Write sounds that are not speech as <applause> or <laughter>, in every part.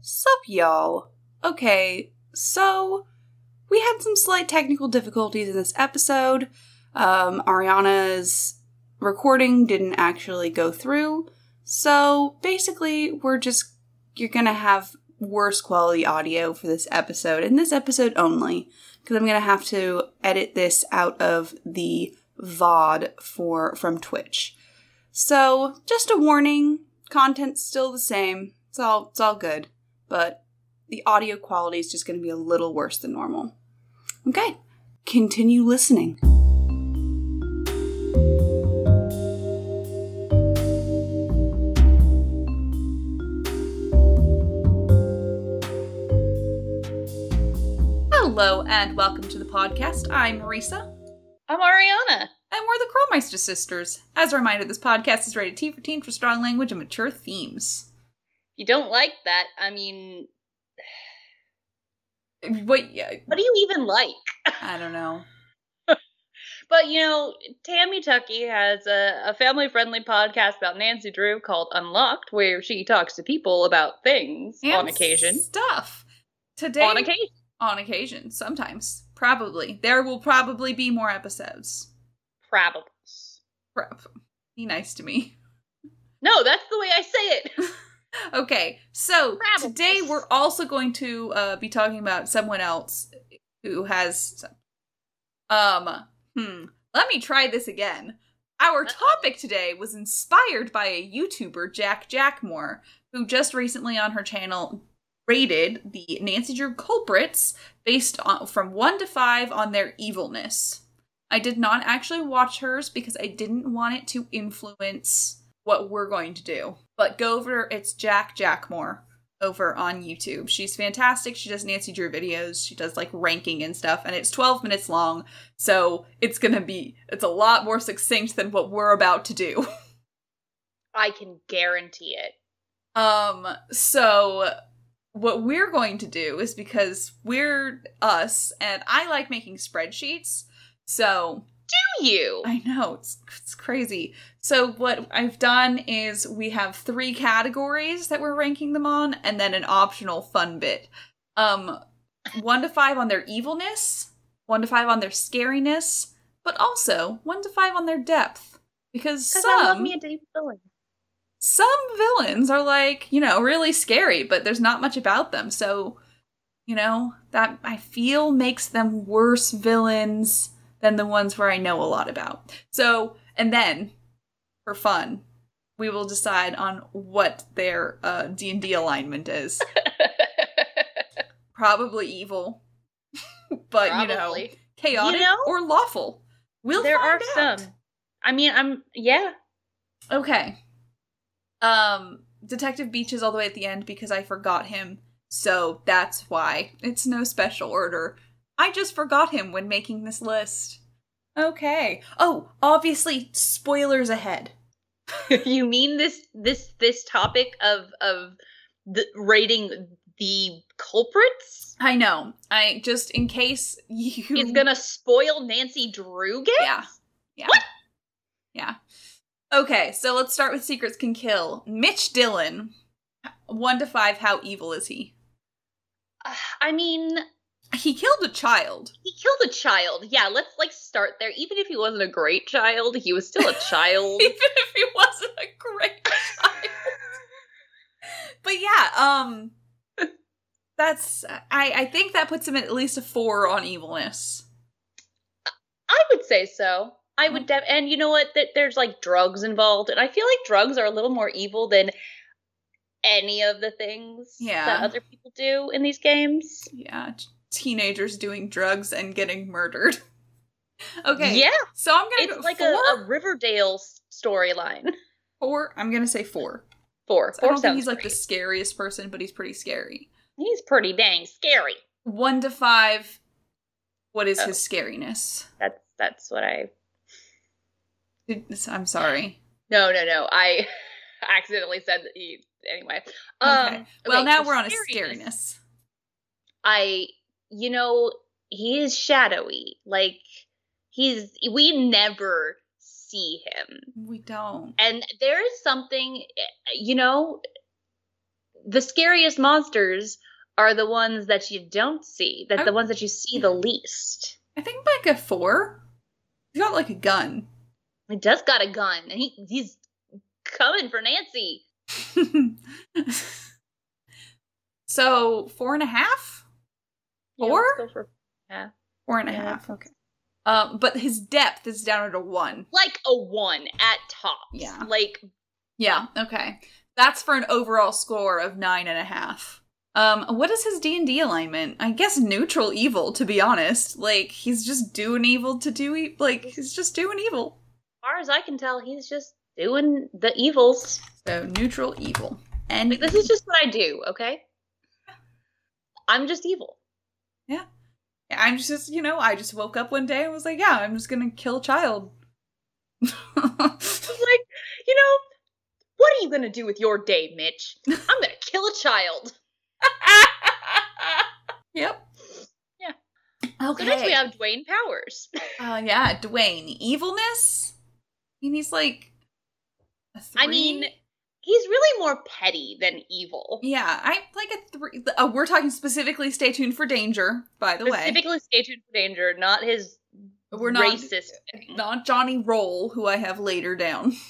Sup, y'all? Okay, so we had some slight technical difficulties in this episode. Um, Ariana's recording didn't actually go through, so basically, we're just you're gonna have worse quality audio for this episode, and this episode only, because I'm gonna have to edit this out of the VOD for from Twitch. So, just a warning: content's still the same. It's all it's all good, but the audio quality is just going to be a little worse than normal. Okay, continue listening. Hello and welcome to the podcast. I'm Marisa. I'm Ariana. And we're the Chromeister sisters. As a reminder, this podcast is rated T for teen for strong language and mature themes. If you don't like that, I mean, What? Yeah, what do you even like? I don't know. But you know, Tammy Tucky has a, a family friendly podcast about Nancy Drew called Unlocked, where she talks to people about things on And occasion. stuff. Today, On occasion. on occasion, sometimes, probably. There will probably be more episodes. Probably. Prob- Be nice to me. <laughs> No, that's the way I say it. Okay, so Probably. today we're also going to uh, be talking about someone else who has. Um, hmm. Let me try this again. Our Uh-oh. topic today was inspired by a YouTuber, Jack Jackmore, who just recently on her channel rated the Nancy Drew culprits based on from one to five on their evilness. I did not actually watch hers because I didn't want it to influence what we're going to do. But go over it's Jack Jackmore over on YouTube. She's fantastic. She does Nancy Drew videos. She does like ranking and stuff and it's 12 minutes long. So it's going to be it's a lot more succinct than what we're about to do. <laughs> I can guarantee it. Um, so what we're going to do is because we're us and I like making spreadsheets. So Do you? I know it's it's crazy. So what I've done is we have three categories that we're ranking them on and then an optional fun bit. Um 1 to 5 on their evilness, 1 to 5 on their scariness, but also 1 to 5 on their depth because Because some I love me a Dave <laughs> Filling. some villains are like you know really scary but there's not much about them so you know that i feel makes them worse villains than the ones where i know a lot about so and then for fun we will decide on what their uh, d&d alignment <laughs> is probably evil <laughs> but you know Probably. chaotic You know, or lawful we'll there are find out. some. I mean, I'm yeah. Okay. Um, Detective Beach is all the way at the end because I forgot him. So that's why. It's no special order. I just forgot him when making this list. Okay. Oh, obviously, spoilers ahead. <laughs> you mean this this this topic of of the rating the culprits I know. I just in case you is gonna spoil Nancy Drew game? Yeah. Yeah. What? Yeah. Okay, so let's start with Secrets Can Kill. Mitch Dillon. One to five, how evil is he? I mean, He killed a child. <laughs> he killed a child. Yeah, let's like start there. Even if he wasn't a great child, he <laughs> was still a child. even if he wasn't a great child. but yeah, um that's I I think that puts him at least a 4 on evilness. I would say so. I would def- and you know what that there's like drugs involved and I feel like drugs are a little more evil than any of the things Yeah. that other people do in these games. Yeah, t- teenagers doing drugs and getting murdered. <laughs> okay. Yeah. So I'm going to it's like four, a, a Riverdale s- storyline. 4. I'm going to say 4. Four. I Four don't think sounds he's like great. the scariest person, but he's pretty scary. He's pretty dang scary. 1 to 5 what is Oh. his scariness? That's that's what I. It's- I'm sorry. No, no, no. I <laughs> accidentally said that he. Anyway. Um, okay. Well, okay, now so we're on a scariness. scariness. I, you know, he is shadowy. Like he's. We never see him, We don't. and there is something, you know. eh, the scariest monsters are the ones that you don't see, that I- the ones that you see the least. I think like a four. He's got like a gun. He does got a gun, and he he's coming for Nancy. <laughs> so four and a half? Yeah, Four? let's go for- Four and a Yeah, that half. Okay. Um, but his depth is down at a one. like a one at tops. Yeah. Like Yeah. Okay. That's for an overall score of nine and a half. Um, what is his D and D alignment? I guess neutral evil. To be honest, like he's just doing evil to do e- like he's just doing evil. far as I can tell, he's just doing the evils. So neutral evil. And Like this is just what I do, okay? I'm just evil. I'm just you know I just woke up one day and was like yeah I'm just gonna kill a child. <laughs> It's like, you know, what are you gonna do with your day, Mitch? I'm gonna kill a <laughs> child. yep. Yeah. Okay. So next we have Dwayne Powers. Uh, yeah, Dwayne. Evilness? I mean, he's like. A three? I mean, he's really more petty than evil. Yeah, I like a three. Uh, we're talking specifically stay tuned for danger, by the way. Specifically, Stay Tuned for Danger, not his We're not. racist. thing. Not Johnny Roll, who I have later down. <laughs>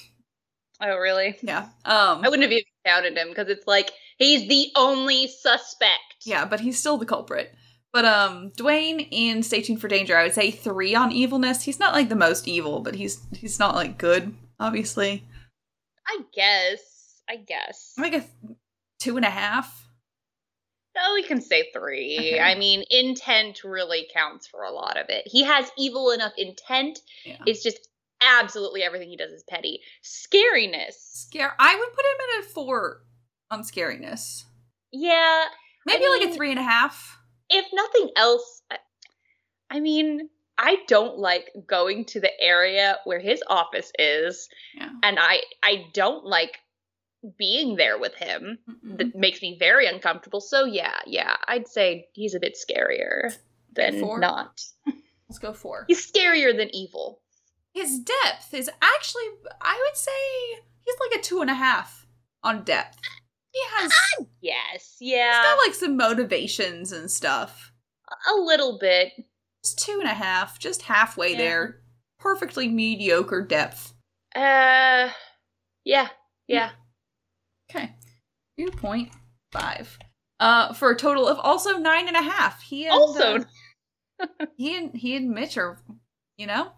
Oh, really? Yeah. Um. I wouldn't have even counted him because it's like he's the only suspect. yeah, but he's still the culprit. But um, Dwayne in Stay Tuned for Danger, I would say three on evilness. He's not like the most evil, but he's he's not like good, obviously. I guess. I guess. Like a th- two and a half. No, we can say three. Okay. I mean, intent really counts for a lot of it. He has evil enough intent. Yeah. It's just absolutely everything he does is petty. Scariness. Scare. I would put him at a four on scariness. Yeah. Maybe like a mean- three and a half. If nothing else, I, I mean, I don't like going to the area where his office is, Yeah. and I I don't like being there with him. that Mm-hmm. makes me very uncomfortable. So yeah, yeah, I'd say he's a bit scarier than Four. not. Let's go four. He's scarier than evil. His depth is actually, I would say, he's like a two and a half on depth. He has, he's Yes, yeah, got like some motivations and stuff. a little bit. Just two and a half, just halfway Yeah. there. Perfectly mediocre depth. Uh, yeah, yeah. Okay, two point five. Uh, for a total of also nine and a half. He and, Also- uh, <laughs> he and he and Mitch are, you know,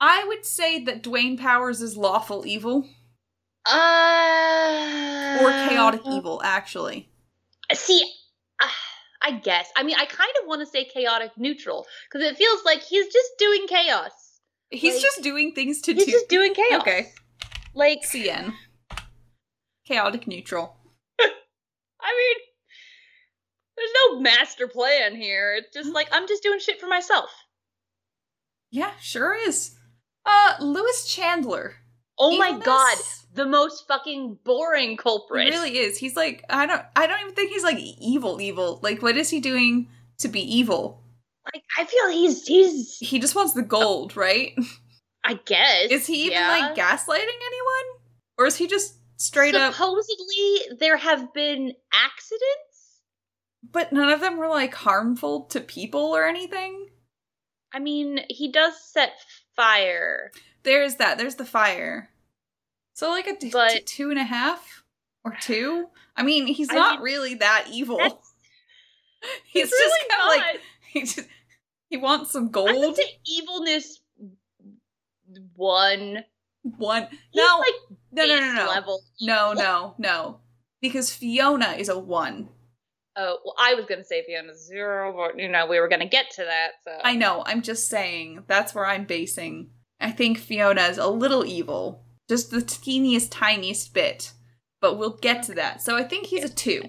I would say that Dwayne Powers is lawful evil Uh, or chaotic evil, actually. See, uh, I guess. I mean, I kind of want to say chaotic neutral because it feels like he's just doing chaos. He's Like- just doing things to He's do. just doing chaos. Okay. <laughs> Like, CN. Chaotic neutral. I mean, there's no master plan here. It's Mm. just like I'm just doing shit for myself. Yeah, sure is. Uh, Lewis Chandler. Oh my Evilness? god, the most fucking boring He culprit. really is. He's like I don't I don't even think he's like evil evil. Like what is he doing to be evil? Like I feel he's he's He just wants the gold, <laughs> right? I guess. Is he even yeah. like gaslighting anyone? Or is he just straight up Supposedly there have been accidents. but none of them were like harmful to people or anything? I mean, he does set fire. There's that. There's the fire. So like a t- But- t- two and a half or two. I mean, he's I not mean, really that evil. That's- Oh, <laughs> He's just really kind of like not. he just he wants some I would gold. say evilness one. One He's no, like no, no, no, base no, level. no, no, no, because Fiona is a one. Oh, well, I was gonna say Fiona zero, but you know we were gonna get to that. So I know. I'm just saying that's where I'm basing. I think Fiona is a little evil, just the teeniest, tiniest bit. But we'll get to that. So I think he's a two.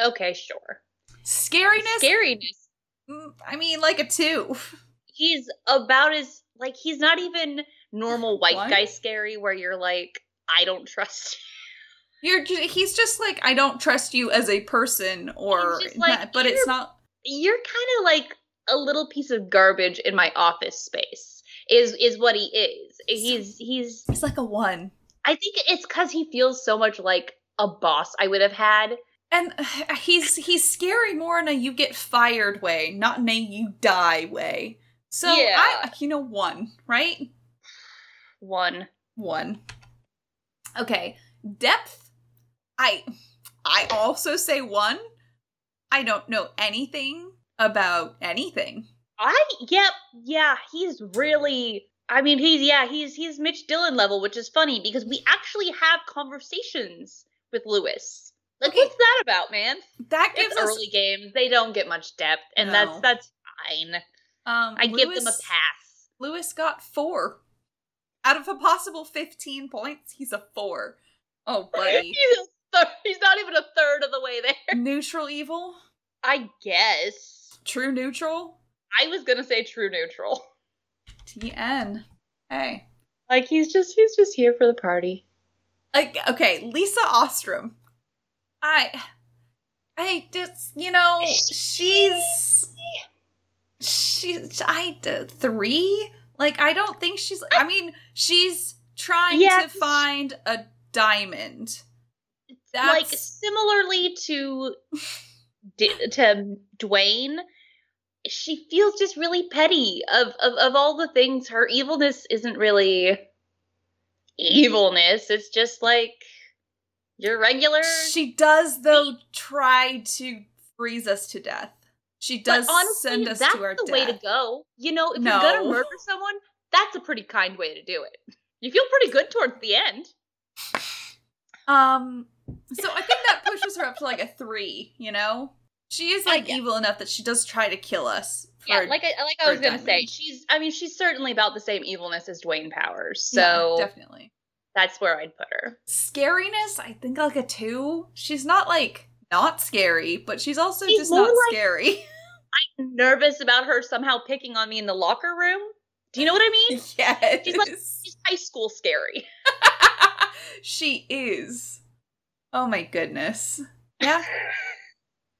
okay, sure. Scariness, Scariness. Mm, I mean, like a two. he's about as like he's not even normal white What? guy scary where you're like I don't trust You're ju- he's just like I don't trust you as a person, or He's just like, not- but it's you're- not. you. You're kind of like a little piece of garbage in my office space is is what he is. He's he's He's like a one. I think it's cuz he feels so much like a boss I would have had. And <sighs> uh, he's he's scary more in a you get fired way, not in a you die way. So Yeah. I you know one, right? One. One. Okay. Depth. I I also say one. I don't know anything about anything. I yep, yeah, he's really I mean he's yeah, he's he's Mitch Dillon level, which is funny because we actually have conversations with Lewis. Like Okay. what's that about, man? That gives It's us early games. They don't get much depth, No. and that's that's fine. um I give them a Lewis- pass. Lewis got four. Out of a possible 15 points, he's a four. Oh, <laughs> buddy. He's, a third, he's not even a third of the way there. neutral evil? I guess. True neutral? I was gonna say true neutral. TN. Hey. Like he's just he's just here for the party. Like, okay, Lisa Ostrom. I. I just, you know, she's. She's. I. d- Three? Like, I don't think she's. I mean, she's trying Yeah. to find a diamond. like That's. similarly to D- to Dwayne, she feels just really petty. Of, of of all the things, her evilness isn't really evilness. It's just like your regular. She does, though, try to freeze us to death. She but does send us that's to our the death. way to go. You know, if No. you're gonna murder someone, that's a pretty kind way to do it. You feel pretty good towards the end. Um, so I think that pushes her up to like a three. You know, she is I like guess. evil enough that she does try to kill us. Yeah, for- like I like for I was gonna say, Diamond. she's. I mean, she's certainly about the same evilness as Dwayne Powers. Yeah, So definitely that's where I'd put her. scariness. I think like a two. She's not like not scary, but she's also She's just more not like- scary. <laughs> nervous about her somehow picking on me in the locker room. Do you know what I mean? yes, She's like- She's high school scary. <laughs> she is. Oh my goodness. Yeah.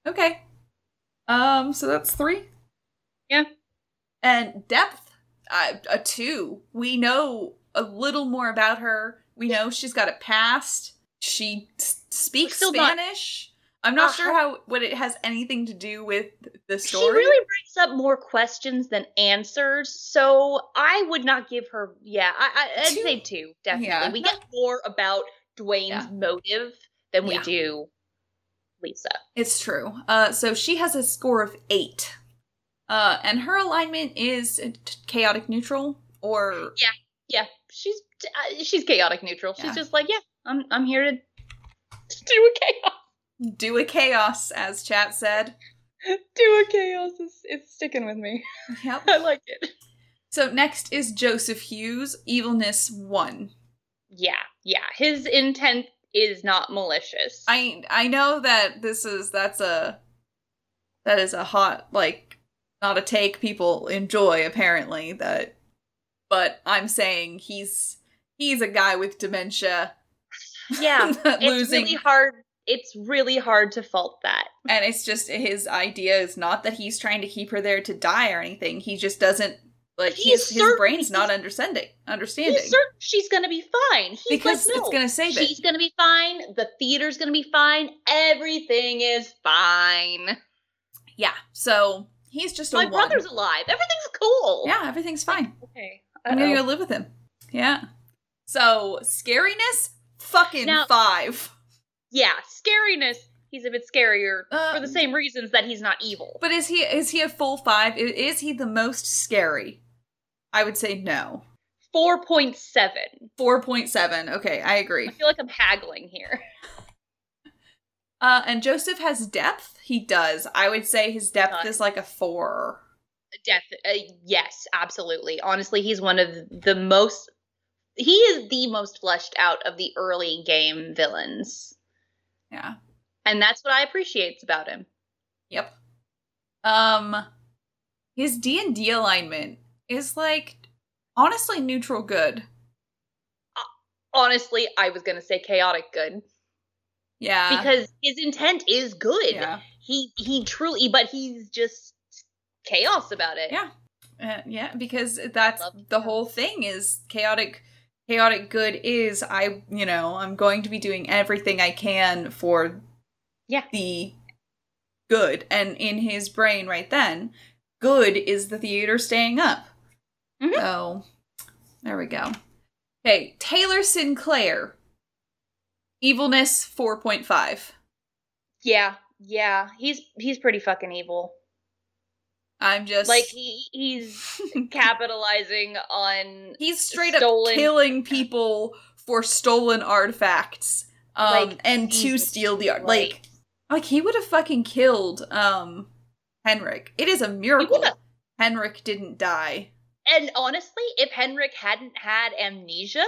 Okay. Um. So that's three. Yeah. And depth, uh, a two. We know a little more about her. We know she's got a past. She s- speaks still not- Spanish. I'm not Uh, sure how what it has anything to do with the story. She really brings up more questions than answers, so I would not give her. Yeah, I, I, I'd Two? say two. Definitely, Yeah. we get more about Dwayne's Yeah. motive than we Yeah. do Lisa. It's true. Uh, so she has a score of eight, uh, and her alignment is t- chaotic neutral or Yeah, she's uh, she's chaotic neutral. Yeah. She's just like, yeah, I'm I'm here to to do a chaos. do a chaos, as chat said. Do a chaos <laughs> is it's sticking with me. <laughs> Yep. I like it. So next is Joseph Hughes, evilness one. Yeah, yeah. His intent is not malicious. I I know that this is that's a that is a hot like not a take people enjoy apparently that but I'm saying he's he's a guy with dementia <laughs> yeah. that It's losing really hard. It's really hard to fault that. and it's just his idea is not that he's trying to keep her there to die or anything he just doesn't like He's his, his certain- brain's not understanding understanding He's certain she's gonna be fine. He's because like, no, it's gonna save she's it gonna be fine. The theater's gonna be fine. Everything is fine. yeah so he's just My a one. brother's alive. Everything's cool. yeah everything's fine Okay. I'm gonna go Uh-oh. live with him. Yeah. So scariness, fucking Now- five. Yeah. Scariness. He's a bit scarier Uh, for the same reasons that he's not evil. But is he is he a full five? I- Is he the most scary? I would say no. Four point seven. Four point seven. Okay, I agree. I feel like I'm haggling here. Uh, and Joseph has depth. He does. I would say his depth Does. is like a four. Def- uh, yes, absolutely. Honestly, he's one of the most. He is the most fleshed out of the early game villains, Yeah. and that's what I appreciate about him. Yep. Um, his D and D alignment is like honestly neutral good. Honestly, I was gonna say chaotic good Yeah. because his intent is good. yeah. He he truly, but he's just chaos about it. Yeah. Uh, yeah, because that's Love the chaos. whole thing is chaotic chaotic good is I, you know, I'm going to be doing everything I can for Yeah. the good. And in his brain right then, good is the theater staying up. Mhm. So there we go. Okay, Taylor Sinclair. Evilness 4.5. Yeah, yeah. He's he's pretty fucking evil. I'm just Like he <laughs> he's capitalizing on He's straight Stolen- up killing people for stolen artifacts. Um Like, and to Jesus steal the art. Christ. Like like he would have fucking killed um Henrik. It is a miracle would've. Henrik didn't die. and honestly, if Henrik hadn't had amnesia,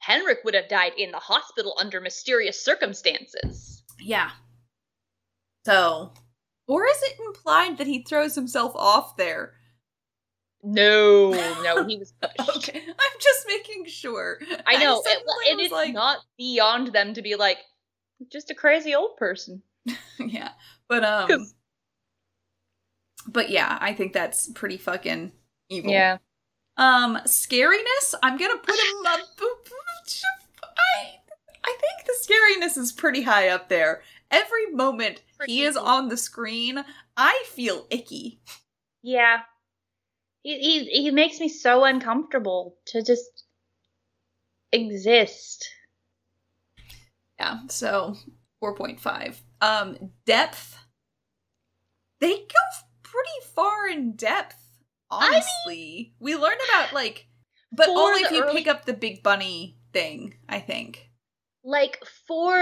Henrik would have died in the hospital under mysterious circumstances. Yeah. So or is it implied that he throws himself off there? <laughs> No, no, he <laughs> was Okay. I'm just making sure. I <laughs> know, it, suddenly it was is not beyond them to be like just a crazy old person. <laughs> yeah but um but yeah i think that's pretty fucking evil um scariness i'm gonna put him <laughs> up i i think the scariness is pretty high up there every moment Pretty he is evil. on the screen i feel icky Yeah. He, he he makes me so uncomfortable to just exist. yeah so 4.5 um depth they go pretty far in depth mean- honestly we learn about like But For only the if you early- pick up the big bunny thing, I think. like for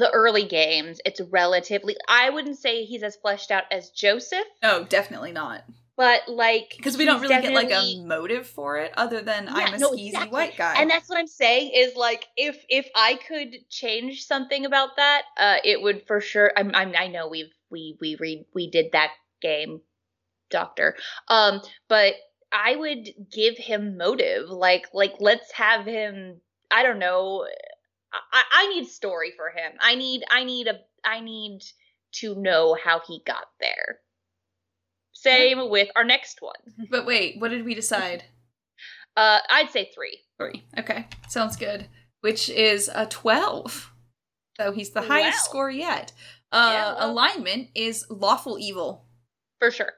the early games, it's relatively I wouldn't say he's as fleshed out as Joseph, No, definitely not. but like Because we don't he's really get like a definitely- motive for it other than Yeah, I'm a no, skeezy exactly. white guy. and that's what I'm saying is like if if I could change something about that, uh, it would for sure. I'm, I'm I know we've we we read we did that game, Doctor. Um, but I would give him motive. Like like let's have him. I don't know. I- I I need story for him. I need I need a I need to know how he got there. Same with our next one. <laughs> but wait, what did we decide? Uh, I'd say three. Three. Okay. Sounds good. Which is a twelve. So he's the highest Wow. score yet. Uh Yeah, well- alignment is lawful evil. For sure.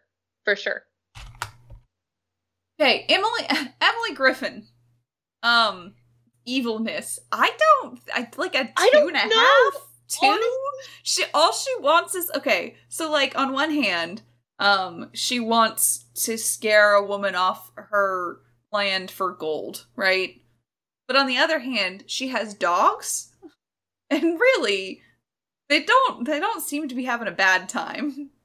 For sure. Okay, Emily <laughs> Emily Griffin. Um evilness. I don't I like a two I don't and a half. know, two? honestly. She all she wants is okay, so like on one hand, um, she wants to scare a woman off her land for gold, right? But on the other hand, she has dogs. <laughs> And really, they don't they don't seem to be having a bad time. <laughs>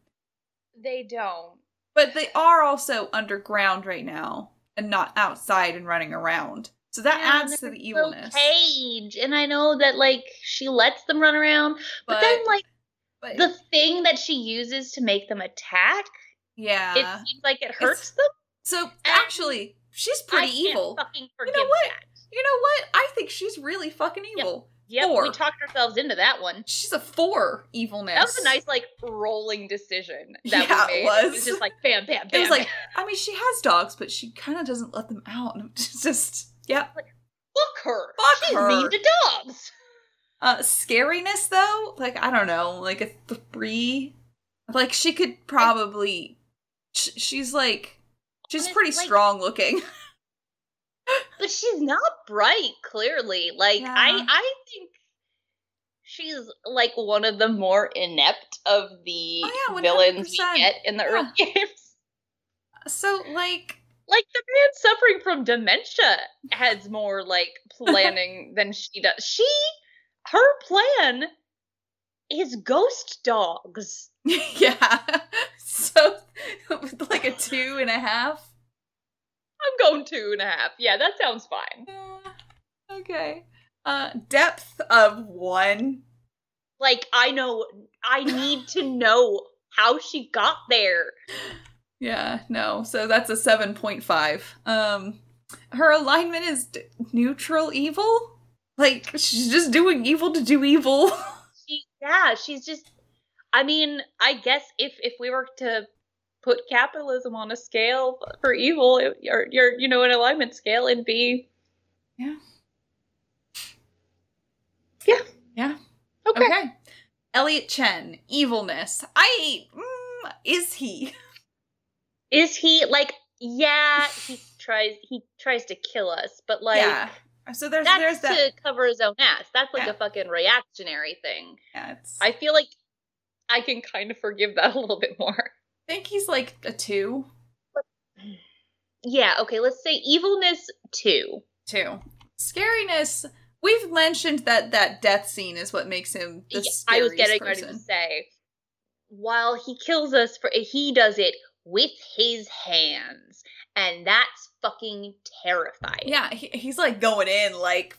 They don't. But they are also underground right now and not outside and running around. So that Yeah, adds to they're the so evilness. Cage, and I know that like she lets them run around, but, But, then like but- the thing that she uses to make them attack, yeah. it seems like it hurts them. so actually, she's pretty I can't evil. Fucking forgive what? that. You know what? I think she's really fucking evil. Yep, Four. we talked ourselves into that one. She's a four evilness. That was a nice like rolling decision that Yeah, it we made. It was. was just like bam, bam, bam. It was like, I mean, she has dogs, but she kind of doesn't let them out. <laughs> And It's just, yeah. fuck her. Fuck She's her. mean to dogs. Uh, scariness though, like I don't know, like a three. Like she could probably. Sh- she's like, she's Honest- pretty like- strong looking. <laughs> but she's not bright clearly like Yeah. i i think she's like one of the more inept of the Oh, yeah, villains we 100%. get in the early <laughs> games so like, <laughs> like the man suffering from dementia has <laughs> more like planning than she does she her plan is ghost dogs yeah. So <laughs> with like a two and a half. i'm going two and a half yeah that sounds fine Yeah. Okay. Uh, depth of one. like i know i need to know how she got there Yeah, no. So that's a 7.5. Um her alignment is d- neutral evil? Like she's just doing evil to do evil. <laughs> she yeah she's just i mean i guess if if we were to put capitalism on a scale for evil it, or your you know an alignment scale it'd be Yeah. Yeah. Yeah. Okay. Okay. Elliot Chen, evilness. I. Mm, is he? Is he like? Yeah, he tries. He tries to kill us, but like yeah. So there's that's there's that. to cover his own ass. That's like Yeah. a fucking reactionary thing. Yeah, it's- I feel like I can kind of forgive that <laughs> a little bit more. think he's like a two. Yeah. Okay. Let's say evilness two. Two. Scariness. We've mentioned that that death scene is what makes him the Yeah, scariest I was getting person. ready to say, while he kills us for he does it with his hands, and that's fucking terrifying. Yeah, he, he's like going in like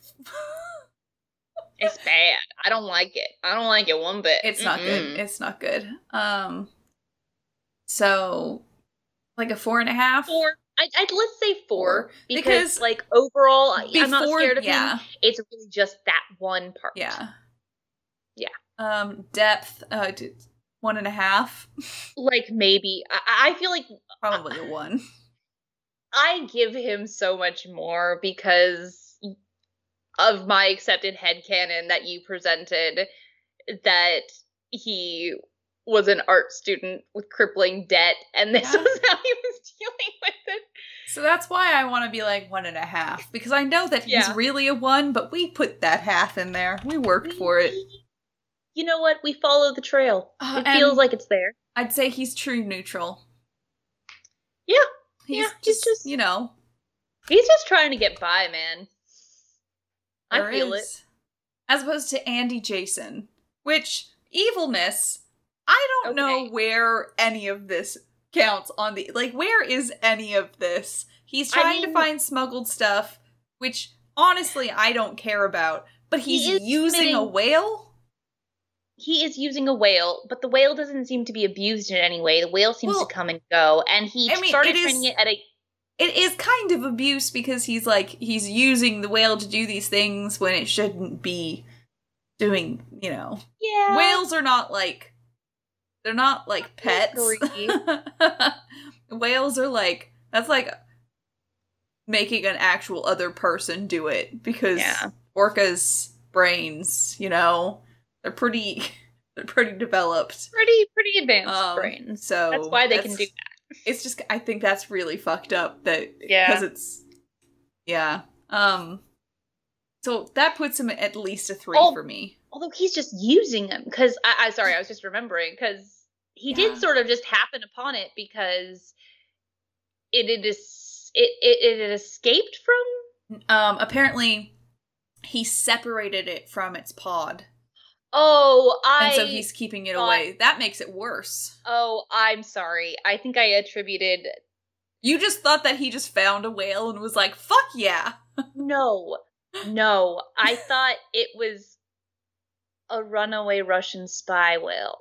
it's bad. I don't like it. I don't like it one bit. it's not good. Mm-mm. It's not good. Um so like a four and a half. Four. I, I'd let's say Four. four because, Because like overall, I- I'm not Before- scared of yeah, him. It's really just that one part. Yeah. Yeah. Um depth, uh d- one and a half. <laughs> like maybe I, I feel like Probably a <laughs> one. I give him so much more because of my accepted headcanon that you presented that he was an art student with crippling debt and this Yeah. was <laughs> how he was dealing with it. So that's why I want to be like one and a half. Because I know that Yeah. he's really a one, but we put that half in there. We worked for it. You know what? We follow the trail. Uh, it feels and- like it's there. I'd say he's true neutral. Yeah. He's Yeah, he's just, just- you know. He's just trying to get by, man. I there feel it. is. As opposed to Andy Jason, which evilness, I don't Okay. know where any of this counts on the like where is any of this? He's I trying to mean- find smuggled stuff, which honestly I don't care about, but He he's is using a committing- whale? he is using a whale, but the whale doesn't seem to be abused in any way. The whale seems Well, to come and go, and he I mean, started it is- training it at a It is kind of abuse because he's like he's using the whale to do these things when it shouldn't be doing, you know. yeah. whales are not like they're not like pets <laughs> Agree. whales are like that's like making an actual other person do it because Yeah. orcas brains you know they're pretty <laughs> they're pretty developed pretty pretty advanced um, brains. so That's why they can do that's- that. it's just i think that's really fucked up that Yeah. because it's yeah um so that puts him at least a three Oh, for me Although he's just using them because I, I sorry, I was just remembering because he did Yeah. sort of just happen upon it because it it is it it, it escaped from Um, apparently, he separated it from its pod, oh I and so he's keeping it thought- away. That makes it worse. oh I'm sorry I think I attributed You just thought that he just found a whale and was like, "Fuck yeah!" <laughs> No, no. I thought it was a runaway Russian spy whale.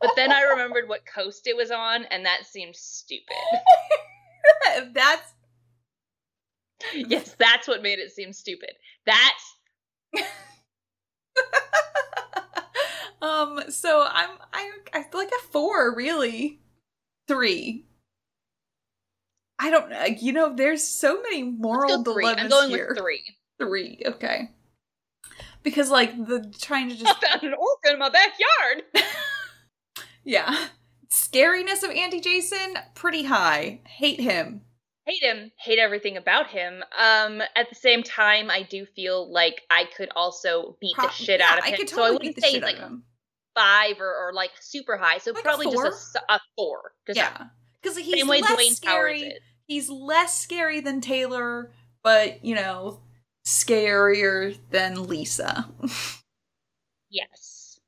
but then I remembered what coast it was on, and that seemed stupid. <laughs> That's <laughs> Yes, that's what made it seem stupid. That's um. So I'm I I feel like a four, really, three. I don't know. You know, there's so many let's moral go three. dilemmas I'm going here. with three. <laughs> Three, okay. Because like the trying to I just <laughs> found an orca in my backyard. Yeah. Scariness of Andy Jason, pretty high. Hate him. hate him, hate everything about him. Um, at the same time, I do feel like I could also beat Pro- the shit yeah, out of I him. could so I totally beat wouldn't the say shit like out of him. five or, or like super high. So Like a probably four? just a, s- a four. Just Yeah. Because the he's same way less Dwayne Towers scary. is. He's less scary than Taylor, but, you know, scarier than Lisa. <laughs> Yes.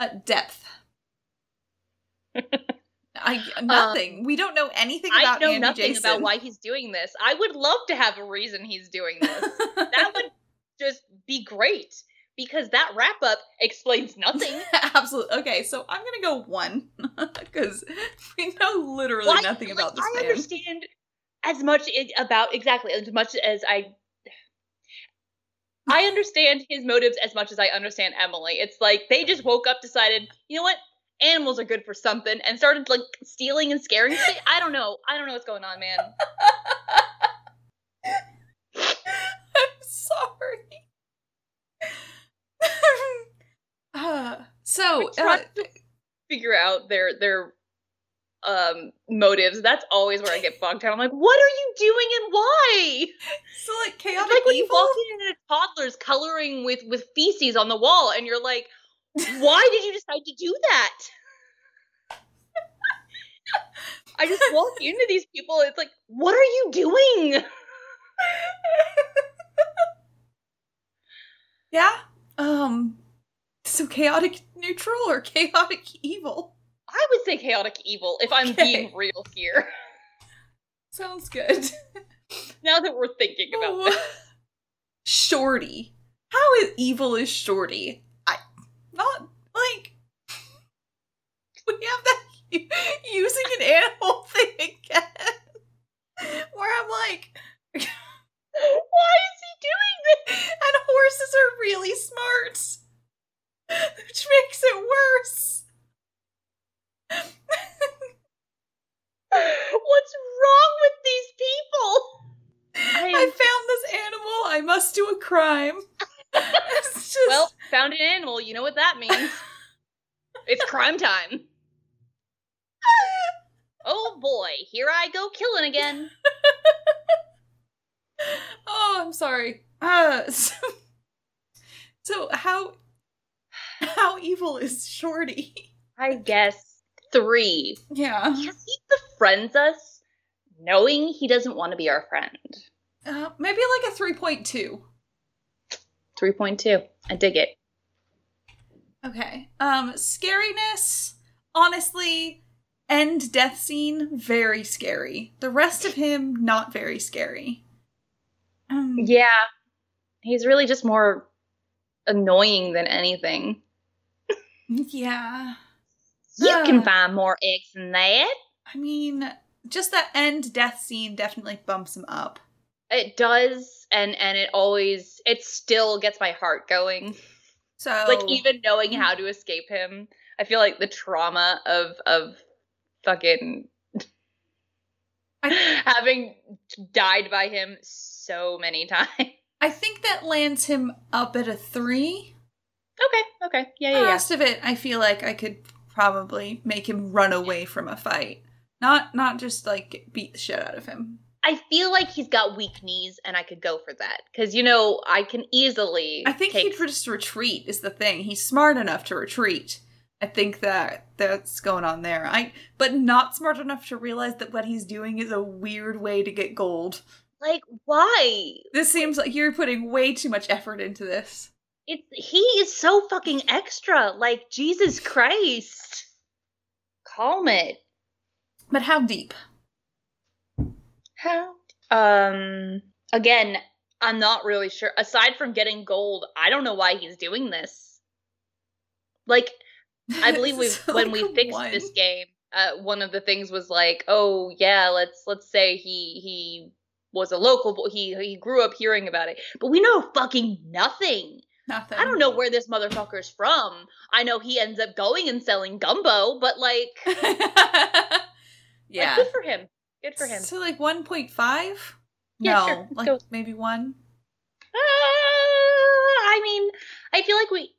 Uh, depth. <laughs> I nothing. we don't know anything about Um, I know Andy nothing Jason. about <laughs> why he's doing this. I would love to have a reason he's doing <laughs> this. that would just be great because that wrap up explains nothing. Absolutely. Okay, so I'm gonna go one <laughs> because we know literally Why- nothing like, about this I man. understand as much i- about exactly as much as I. I understand his motives as much as I understand Emily. It's like they just woke up, decided, you know what, animals are good for something, and started like stealing and scaring shit. I don't know. I don't know what's going on, man. <laughs> I'm sorry. sorry. <laughs> uh, <sighs> so, uh, trying to figure out their their um motives. That's always where I get bogged down. I'm like, what are you doing and why? so like It's chaotic like when you evil. walk in and a toddler's coloring with with feces on the wall, and you're like, why did you decide to do that? <laughs> I just walk <laughs> into these people. It's like, what are you doing? Yeah. Um. So chaotic neutral or <laughs> chaotic evil I would say chaotic evil if I'm Okay. being real here. <laughs> sounds good. Now that we're thinking about this, <laughs> Shorty. How is evil is Shorty? I not like <laughs> we have that <laughs> u- using an animal <laughs> thing again. Where I'm like, <laughs> why is he doing? and horses are really smart, <laughs> which makes it worse. What's wrong with these people? I, I am- found this animal. I must do a <laughs> crime. it's just Well, found an animal. You know what that <laughs> means. it's crime time. Oh boy, here I go killing again. Oh, I'm sorry. Uh, <laughs> so, so how how evil is Shorty? <laughs> I guess three. Yeah. Because he befriends us knowing he doesn't want to be our friend. Uh, maybe like a three point two. 3.2. I dig it. Okay. Um, scariness, honestly, end death scene very scary. The rest of him not very scary. Um, Yeah. He's really just more annoying than anything. yeah. You <sighs> Ah. can find more eggs than that. I mean, just that end death scene definitely bumps him up. It does, and and it always it still gets my heart going. So Like even knowing how to escape him, I feel like the trauma of of fucking I- <laughs> having died by him so many <laughs> times. Okay, I think that lands him up at a three. okay, yeah, The yeah, yeah. rest of it, I feel like I could probably make him run away from a fight, not not just like beat the shit out of him. I feel like he's got weak knees, and I could go for that because you know I can easily. I think take- he'd just retreat is the thing. He's smart enough to retreat. I think that that's going on there. I but not smart enough to realize that what he's doing is a weird way to get gold. <laughs> like why This seems like you're putting way too much effort into this. it's he is so fucking extra. Like Jesus Christ, calm it. But how deep? How? Um. Again, I'm not really sure. Aside from getting gold, I don't know why he's doing this. Like, <laughs> I believe we So, when like, we a fixed one. this game, uh, one of the things was like, oh yeah, let's let's say he he was a local, bo- he he grew up hearing about it, but we know fucking nothing. Nothing. I don't know where this motherfucker's from. I know he ends up going and selling gumbo, but like, <laughs> like, yeah. good for him. Good for him. So like 1.5? Yeah, no, sure. Let's like go. maybe one. Uh, Ah, I mean, I feel like we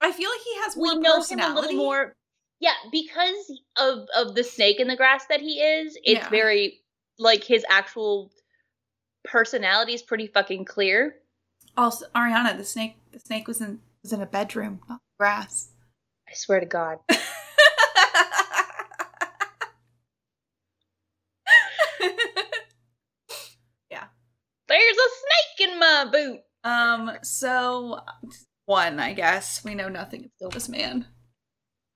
I feel like he has we more know him a personality. little more. Yeah, because of of the snake in the grass that he is, it's Yeah. very like his actual personality is pretty fucking clear. Also, Ariana, the snake, the snake was in was in a bedroom, not grass. <laughs> <laughs> I swear to God. There's a snake in my boot. um. So one, I guess we know nothing about this man.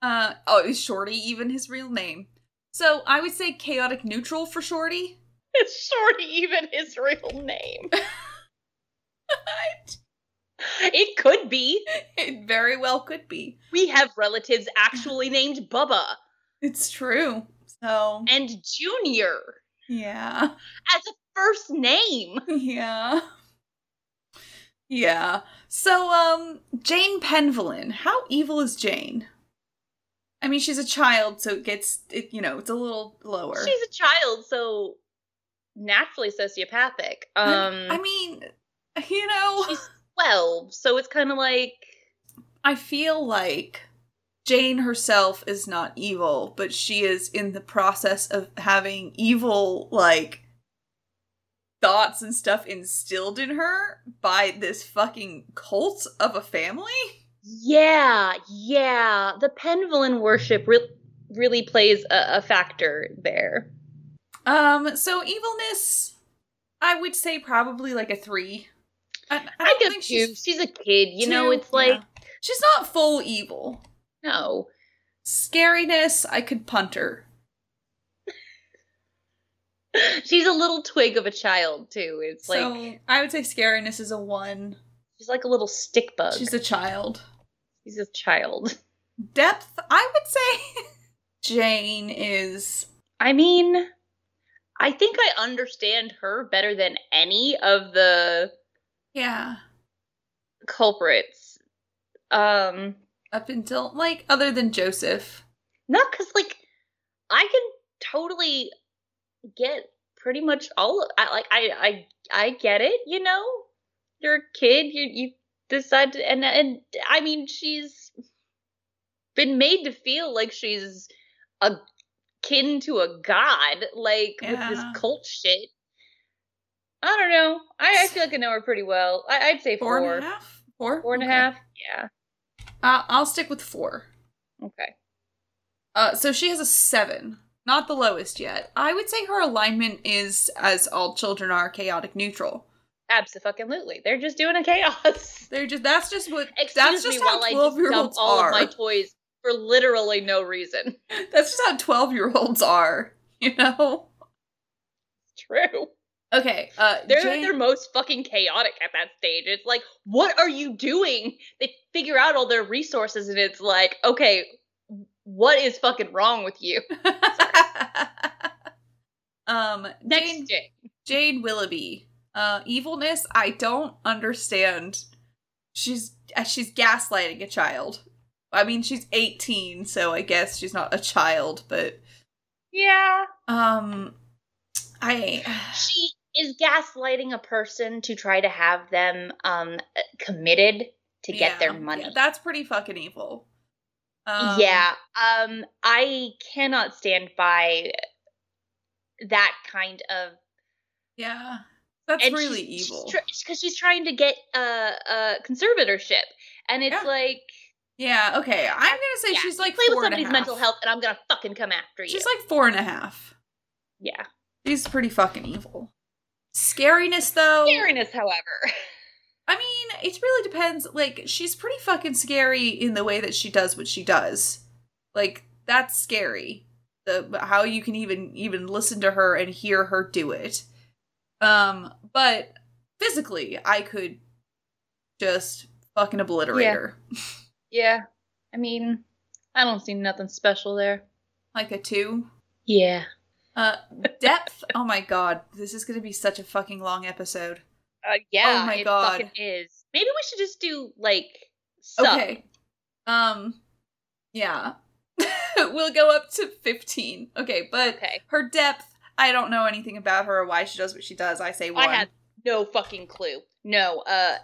Uh oh, it was Shorty, even his real name. So I would say chaotic neutral for Shorty. <laughs> It's Shorty, even his real name. It could be. It very well could be. We have <laughs> relatives actually named Bubba It's true. So and Junior yeah, <laughs> as a first name. yeah, yeah. So um, Jane Penvelyn. How evil is Jane? I mean, she's a child, so it gets it. You know, it's a little lower. <laughs> She's a child, so naturally sociopathic. Um, I mean, You know, She's- 12, so it's kind of like I feel like Jane herself is not evil, but she is in the process of having evil, like, thoughts and stuff instilled in her by this fucking cult of a family. yeah, yeah, the Penvelin worship re- really plays a, a factor there. Um, so evilness, I would say probably like a three. I, I don't I, guess think she's, she's she's a kid, you know, two, it's like yeah. she's not full evil. no. <laughs> Scariness, I could punt her. She's a little twig of a child too. It's like so I would say scariness is a one. she's like a little stick bug. She's a child. she's a child. Depth, I would say <laughs> Jane is I mean, I think I understand her better than any of the yeah. culprits. Um, Up until like other than Joseph. not because like I can totally get pretty much all. Of, I like I I I get it. You know, you're a kid. You you decide to, and and I mean she's been made to feel like she's a kin to a god, like with this Yeah. cult shit. I don't know. I, I feel like I know her pretty well. I, I'd say Four four, and a half? Four? Four and a Okay. half? Uh, I'll stick with four. Yeah. Okay. Uh, so she has a seven, not the lowest yet. I would say her alignment is, as all children are, chaotic neutral. Absolutely. They're just doing a chaos. <laughs> They're just that's just what Excuse that's just me how while I twelve just year dump olds all are. of my toys for literally no reason. <laughs> <laughs> that's just how twelve year olds are. <laughs> You know. True. Okay. Uh, They're Jane- <laughs> they're most fucking chaotic at that stage. It's like, what are you doing? They figure out all their resources and it's like, okay, what is fucking wrong with <laughs> you? um, Next Jane, day. Jane Willoughby. Uh, evilness. I don't understand. She's uh, she's gaslighting a child. I mean, she's eighteen, so I guess she's not a child, but Yeah. um, I <sighs> She is gaslighting a person to try to have them um committed to get their yeah, money. yeah, that's pretty fucking evil. Um, yeah, um, I cannot stand by that kind of Yeah. That's and really she's- evil. She's because she's trying to get uh, uh conservatorship, and it's Yeah. like yeah, okay. I'm gonna say yeah, she's like play four with and a somebody's half. mental health, and I'm gonna fucking come after you. She's like four and a half. yeah, She's pretty fucking evil. Scariness though. fairness, however, <laughs> I mean, it really depends. Like, she's pretty fucking scary in the way that she does what she does. Like, that's scary. The how you can even even listen to her and hear her do it. Um, but physically, I could just fucking obliterate Yeah. her. yeah. I mean, I don't see nothing special there. Like a two. Yeah, Uh, depth. <laughs> oh my god, this is gonna be such a fucking long episode. uh, yeah. Oh my it God. fucking is. Maybe we should just do like some. Okay. Um, yeah, <laughs> we'll go up to fifteen. Okay, but Okay. her depth. I don't know anything about her or why she does what she does. I say one. I had no fucking clue. No, uh,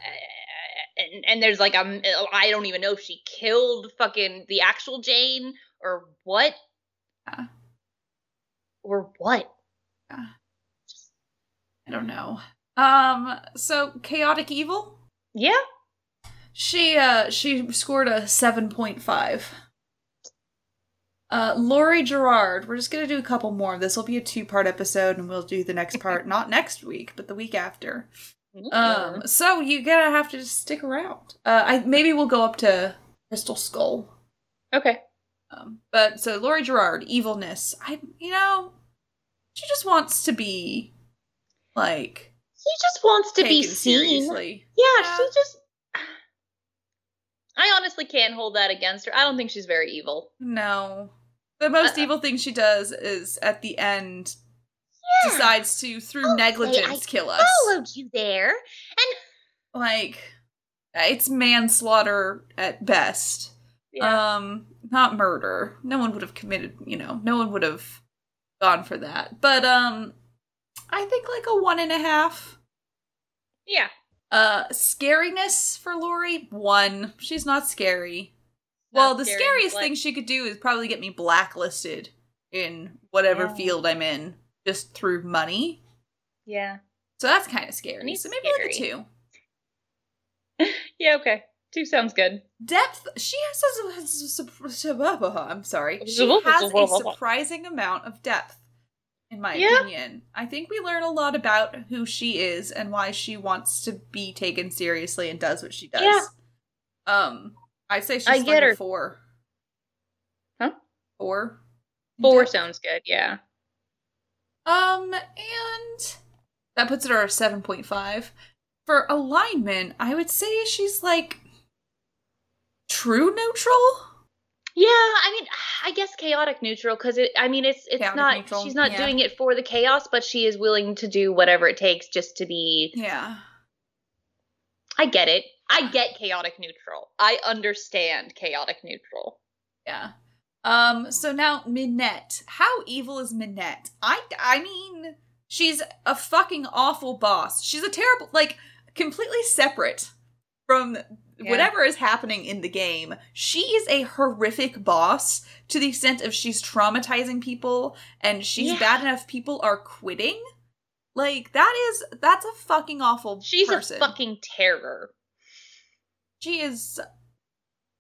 and, and there's like um, I don't even know if she killed fucking the actual Jane or what, Yeah. or what. I don't know. Um, so chaotic evil. Yeah, She uh she scored a seven point five. Uh, Lori Gerard. We're just gonna do a couple more. This will be a two part episode, and we'll do the next part not next week, but the week after. Mm-hmm. Um, so you gotta have to just stick around. Uh, I maybe we'll go up to Crystal Skull. okay. Um, but so Lori Gerard, evilness. I, you know, she just wants to be like She just wants to be taken seen. seriously. Yeah, Yeah. she just. I honestly can't hold that against her. I don't think she's very evil. No, the most Uh-uh. evil thing she does is at the end decides to through Okay, negligence I kill us. Followed you there. Like it's manslaughter at best. Um, not murder. No one would have committed, you know, no one would have gone for that. But um I think like a one and a half. yeah. Uh, scariness for Lori one. She's not scary. well, the scary, scariest like- thing she could do is probably get me blacklisted in whatever Yeah. field I'm in, just through money. Yeah. So that's kind of scary. Money's So maybe like a scary. two. Yeah. Okay. Two sounds good. Depth. She has. A, has a sup- uh, I'm sorry. She has a surprising amount of depth, in my Yeah. opinion. I think we learn a lot about who she is and why she wants to be taken seriously and does what she does. Yeah. Um, I'd say she's I get like a her. four. Huh? Four. in Four depth. sounds good. Yeah. Um, and that puts it at a 7.5. For alignment, I would say she's like true neutral. Yeah, I mean, I guess chaotic neutral because it. I mean, it's it's Chaotic not. neutral, She's not yeah. doing it for the chaos, but she is willing to do whatever it takes just to be. Yeah. I get it. I get chaotic neutral. I understand chaotic neutral. Yeah. Um, so now Minette. How evil is Minette? I I mean, she's a fucking awful boss. She's a terrible like completely separate from Yeah. whatever is happening in the game. She is a horrific boss to the extent of she's traumatizing people and she's Yeah. bad enough people are quitting. Like that is that's a fucking awful She's person. a fucking terror. she is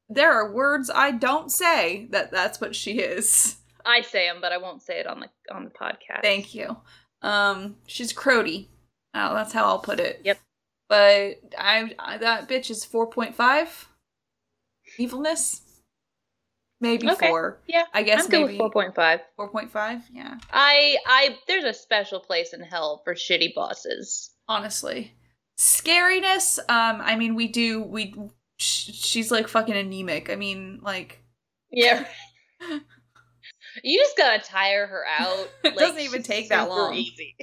there are words I don't say that that's what she is. I say them, but I won't say it on the on the podcast. Thank you. Um, she's Crody. Oh, that's how I'll put it. Yep. But I, I that bitch is four point five. Evilness. Maybe Okay. four. Yeah, I guess I'm good maybe with four point five. four point five. Yeah. I I there's a special place in hell for shitty bosses. Honestly, scariness. Um, I mean, we do. We sh- she's like fucking anemic. I mean, like Yeah. you just gotta tire her out. <laughs> It doesn't even she's take that super long. easy.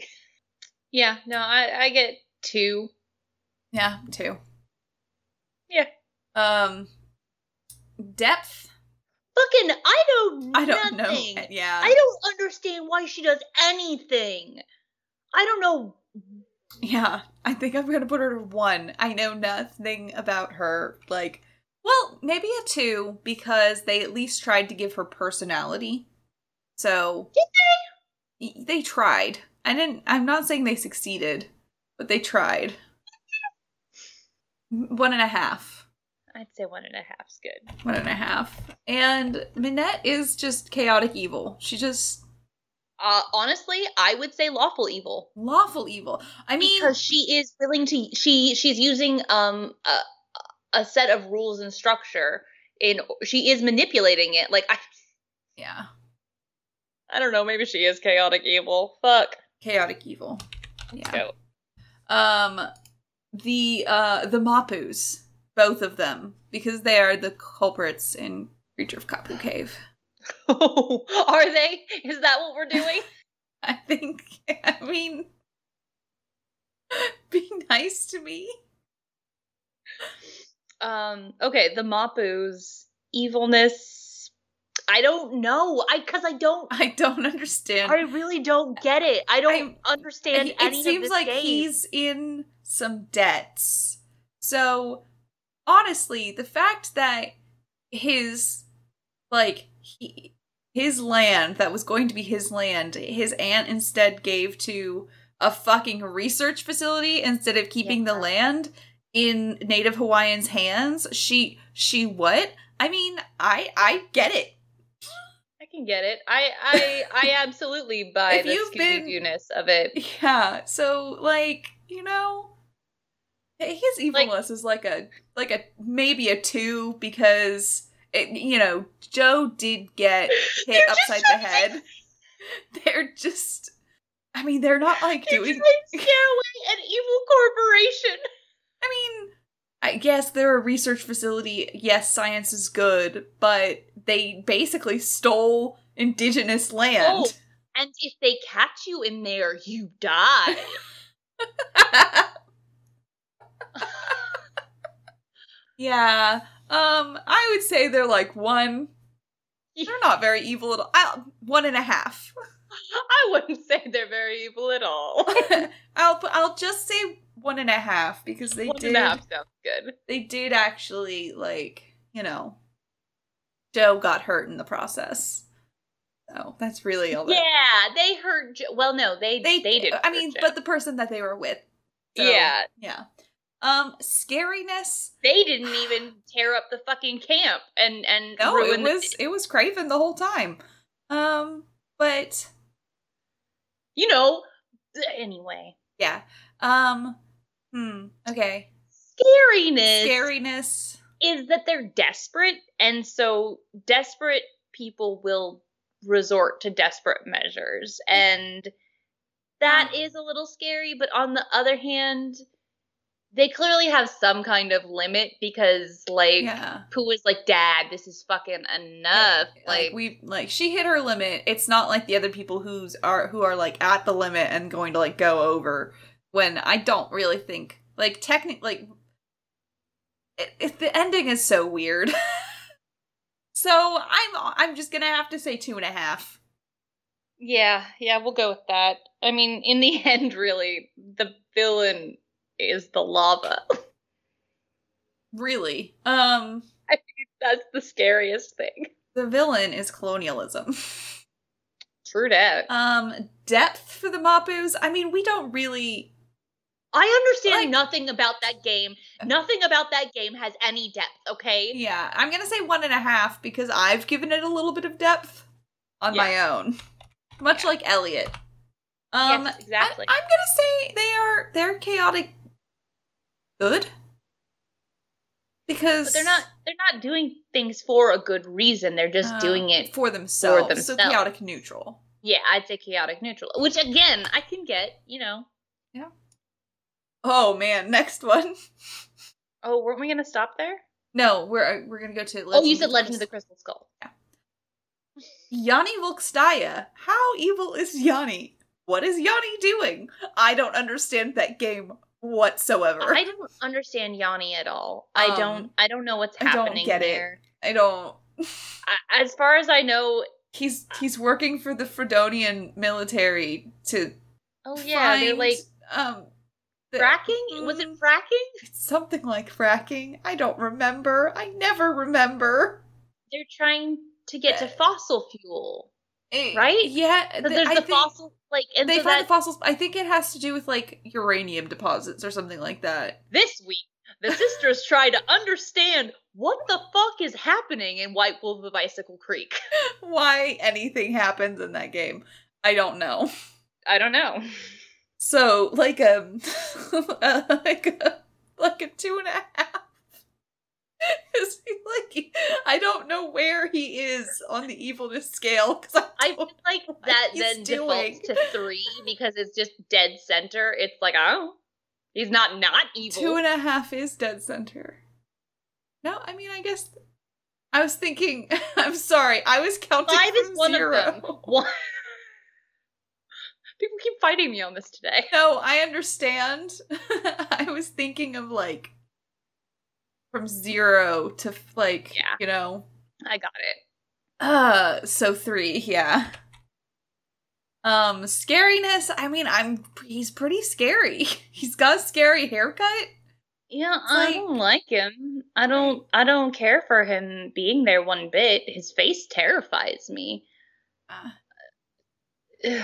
Yeah, no, I, I get two. yeah, two. Yeah. Um, depth. Fucking, I know I don't nothing. know. Uh, Yeah. I don't understand why she does anything. I don't know. Yeah, I think I'm gonna put her to one. I know nothing about her. Like, well, maybe a two because they at least tried to give her personality. So Did Y- they tried. I didn't. I'm not saying they succeeded, but they tried. M- one and a half. I'd say one and a half's good. One and a half. And Minette is just chaotic evil. She just Uh, honestly, I would say lawful evil. lawful evil. I mean, because she is willing to she she's using um a, a set of rules and structure in she is manipulating it like i yeah, i don't know maybe she is chaotic evil fuck chaotic evil. Yeah. Go. um the uh the mapus both of them because they are the culprits in creature of kapu cave <laughs> <laughs> Oh, are they is that what we're <laughs> doing i think <laughs> i mean <laughs> be nice to me um okay the mapu's evilness i don't know i because i don't i don't understand i <laughs> really don't get it i don't understand He- any it of seems this like game. he's in some debts so honestly the fact that his like he, his land that was going to be his land his aunt instead gave to a fucking research facility instead of keeping the Yeah. land in native hawaiians hands she she what i mean i i get it i can get it i i <laughs> i absolutely buy If the you've been- scooby-doo-ness <laughs> of it Yeah. So like, you know, his evilness is like a like a maybe a two because it, you know Joe did get hit <laughs> They're just upside so the head. They're just, I mean, they're not like <laughs> You're doing. trying to scare away an evil corporation. I mean, I guess they're a research facility. Yes, science is good, but they basically stole Oh, indigenous land. And if they catch you in there, you <laughs> die. yeah. Um, I would say they're like one. They're not very evil at all. I'll, one and a half. <laughs> I wouldn't say they're very evil at all. I'll pu- I'll just say one and a half because they One did and a half sounds good. they did actually like you know Joe got hurt in the process. So that's really all. That. Yeah, they hurt. Jo- Well, no, they they, did. I mean, but the person that they were with. So, yeah, Yeah. Um, scariness. they didn't even tear up the fucking camp and and No, ruin it the- was it was Craven the whole time. Um, but you know. Anyway, yeah. Um, hmm. Okay. scariness. Scariness. is that they're desperate and so desperate people will resort to desperate measures and that Mm. is a little scary but on the other hand they clearly have some kind of limit because like Yeah. who was like dad this is fucking enough like, like we like she hit her limit. It's not like the other people who's are who are like at the limit and going to like go over. When I don't really think like technically like it, it, the ending is so weird. <laughs> so I'm I'm just gonna have to say two and a half. yeah yeah we'll go with that i mean in the <laughs> end really the villain is the lava <laughs> Really. Um that's the scariest thing the villain is colonialism. <laughs> true that um depth for the Mapus. I mean, we don't really I understand Like- nothing about that game. Nothing about that game has any depth, okay? Yeah, I'm gonna say one and a half because I've given it a little bit of depth on my own. Much like Elliot. Um yes, exactly. I, am gonna say they are they're chaotic good. Because but they're not they're not doing things for a good reason. They're just uh, doing it. for themselves. So themselves. chaotic neutral. Yeah, I'd say chaotic neutral, which again, I can get, you know. Oh man, next one. <laughs> Oh, weren't we going to stop there? No, we're we're gonna go to oh, you Legend said of Legend of the Crystal Crystal Skull. Yanni Volkstaya. How evil is Yanni? What is Yanni doing? I don't understand that game whatsoever. I I, don't understand Yanni at all. I Um, don't I don't know what's I don't happening get it. there. don't. I, as far as I know, He's he's working for the Fredonian military to oh yeah, they're find, like um the- fracking? Was it Mm, fracking? it's something like fracking. I don't remember. I never remember. They're trying to get to Uh, fossil fuel. It- Right? Eh, Yeah. But th- there's I the think fossil, like, and They so find the that fossils. I think it has to do with like uranium deposits or something like that. this week <laughs> the sisters try to understand what the fuck is happening in White Wolf of Bicycle Creek. why anything happens in that game. I don't know. I don't know. So like a <laughs> like a like a two and a half. <laughs> 'Cause he, like I don't know where he is on the evilness scale because I, <laughs> I don't- feel like What that he's then doing. defaults to three because it's just dead center. It's like oh, he's not not evil. two and a half is dead center. No, I mean I guess I was thinking. <laughs> I'm sorry, I was counting Five is from one zero. of them. <laughs> One. People keep fighting me on this today. No, I understand. <laughs> I was thinking of like from zero to like Yeah. you know I got it. uh so three yeah um scariness i mean i'm he's pretty scary <laughs> he's got a scary haircut Yeah, It's I like- don't like him. I don't I don't care for him being there one bit. His face terrifies me. <sighs> Uh.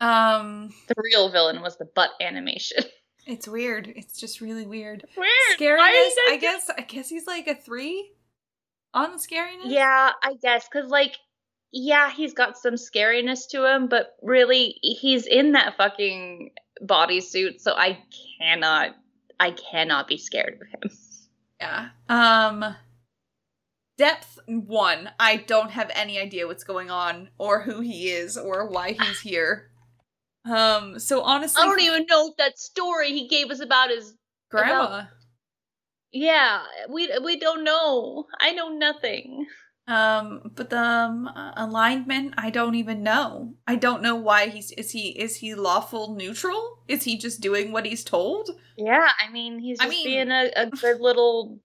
the um real villain was the butt animation. <laughs> it's weird it's just really weird Weird. scariness Why is that i guess i guess he's like a three on scariness just- Yeah, I guess cuz like yeah, he's got some scariness to him, but really he's in that fucking bodysuit, so I cannot I cannot be scared of him. <laughs> Yeah. Um depth 1. I don't have any idea what's going on or who he is or why he's here. Um so honestly I don't even know that story he gave us about his grandma. Yeah, we we don't know. I know nothing. Um but the um, uh, alignment I don't even know. I don't know why he's is he is he lawful neutral? Is he just doing what he's told? Yeah, I mean he's I just mean- being a, a good little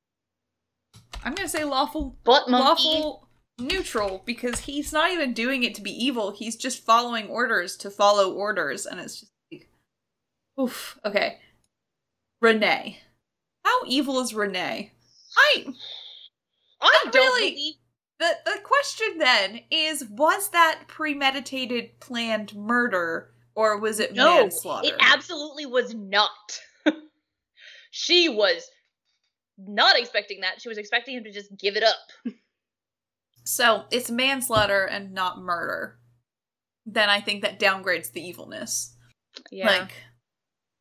I'm going to say lawful butt monkey. lawful neutral because he's not even doing it to be evil. He's just following orders to follow orders and it's just like Oof. Okay. Renee. How evil is Renee? I I I don't really- believe the the question then is was that premeditated planned murder or was it No, manslaughter? it absolutely was not. <laughs> she was not expecting that. She was expecting him to just give it up. so it's manslaughter and not murder. Then I think that downgrades the evilness. Yeah. Like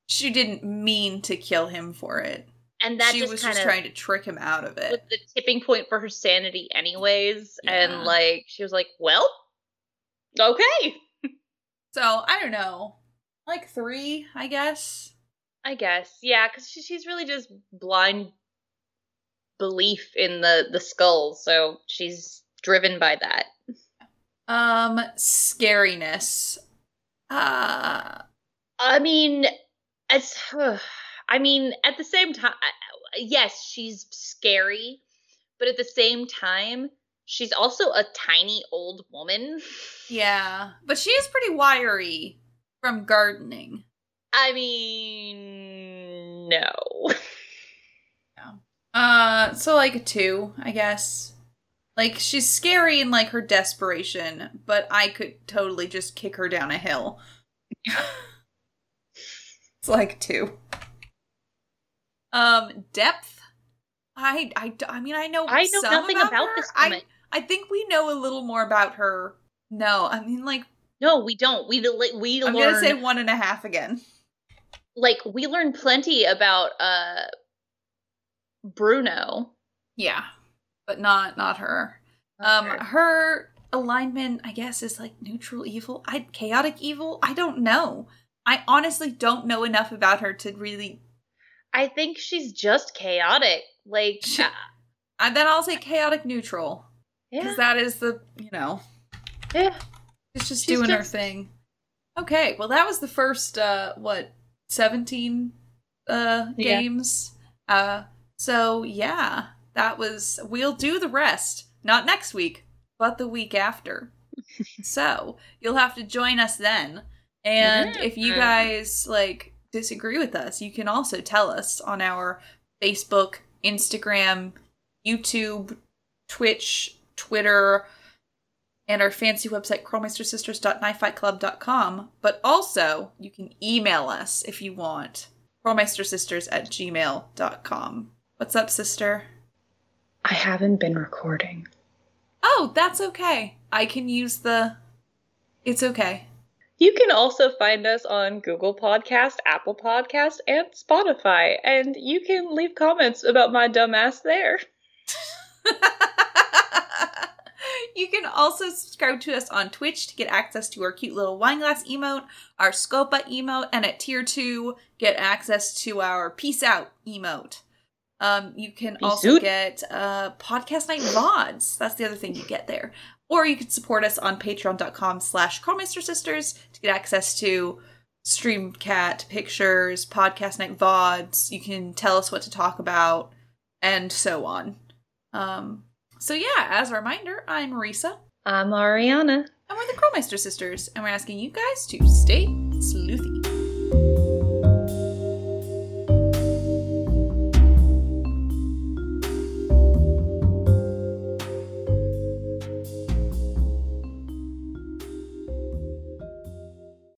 she didn't mean to kill him for it. and that she just was kind just of trying to trick him out of was it. the tipping point for her sanity anyways. Yeah. And like she was like, Well, okay. So I don't know, like three, I guess. I guess. Yeah, because she, she's really just blind belief in the the skull, so she's driven by that. Um, scariness. Uh, I mean, as <sighs> I mean, at the same time, yes, she's scary, but at the same time, she's also a tiny old woman. yeah, but she is pretty wiry from gardening. <laughs> I mean, no. <laughs> Uh, so like a two, I guess. Like she's scary in like her desperation, but I could totally just kick her down a hill. it's like two. Um, depth. I, I, d- I mean, I know. I know some nothing about, her. this I- woman. I think we know a little more about her. No, I mean like no, we don't. We del- we I'm learn gonna say one and a half again. like we learn plenty about uh Bruno. Yeah, but not not her. Um, her alignment, I guess, is like neutral evil, I chaotic evil. I don't know. I honestly don't know enough about her to really. I think she's just chaotic. <laughs> Like, She- uh, And then I'll say chaotic neutral yeah, because that is the you know yeah. it's just She's doing her just- thing. Okay, well that was the first uh what seventeen uh Yeah. games. Uh, so yeah, that was. We'll do the rest not next week, but the week <laughs> after. so you'll have to join us then. And if you Yeah. guys like disagree with us, you can also tell us on our Facebook, Instagram, YouTube, Twitch, Twitter, and our fancy website, curlmeistersisters.knifefightclub.com. But also, you can email us if you want, curlmeistersisters at gmail.com. What's up, sister? I haven't been recording. Oh, that's okay. I can use the. It's okay. You can also find us on Google Podcast, Apple Podcast, and Spotify, and you can leave comments about my dumbass there. <laughs> you can also subscribe to us on Twitch to get access to our cute little wine glass emote, our Scopa emote, and at tier two, get access to our peace out emote. Um, you can Peace also out. get uh, podcast night vods. That's the other thing you get there. Or you can support us on patreon.com slash Crawlmeister Sisters to get access to Streamcat pictures, podcast night vods. You can tell us what to talk about, and so on. Um, so yeah, as a reminder, I'm Marisa, I'm Ariana. and we're the Crawlmeister Sisters, and we're asking you guys to stay sleuthy.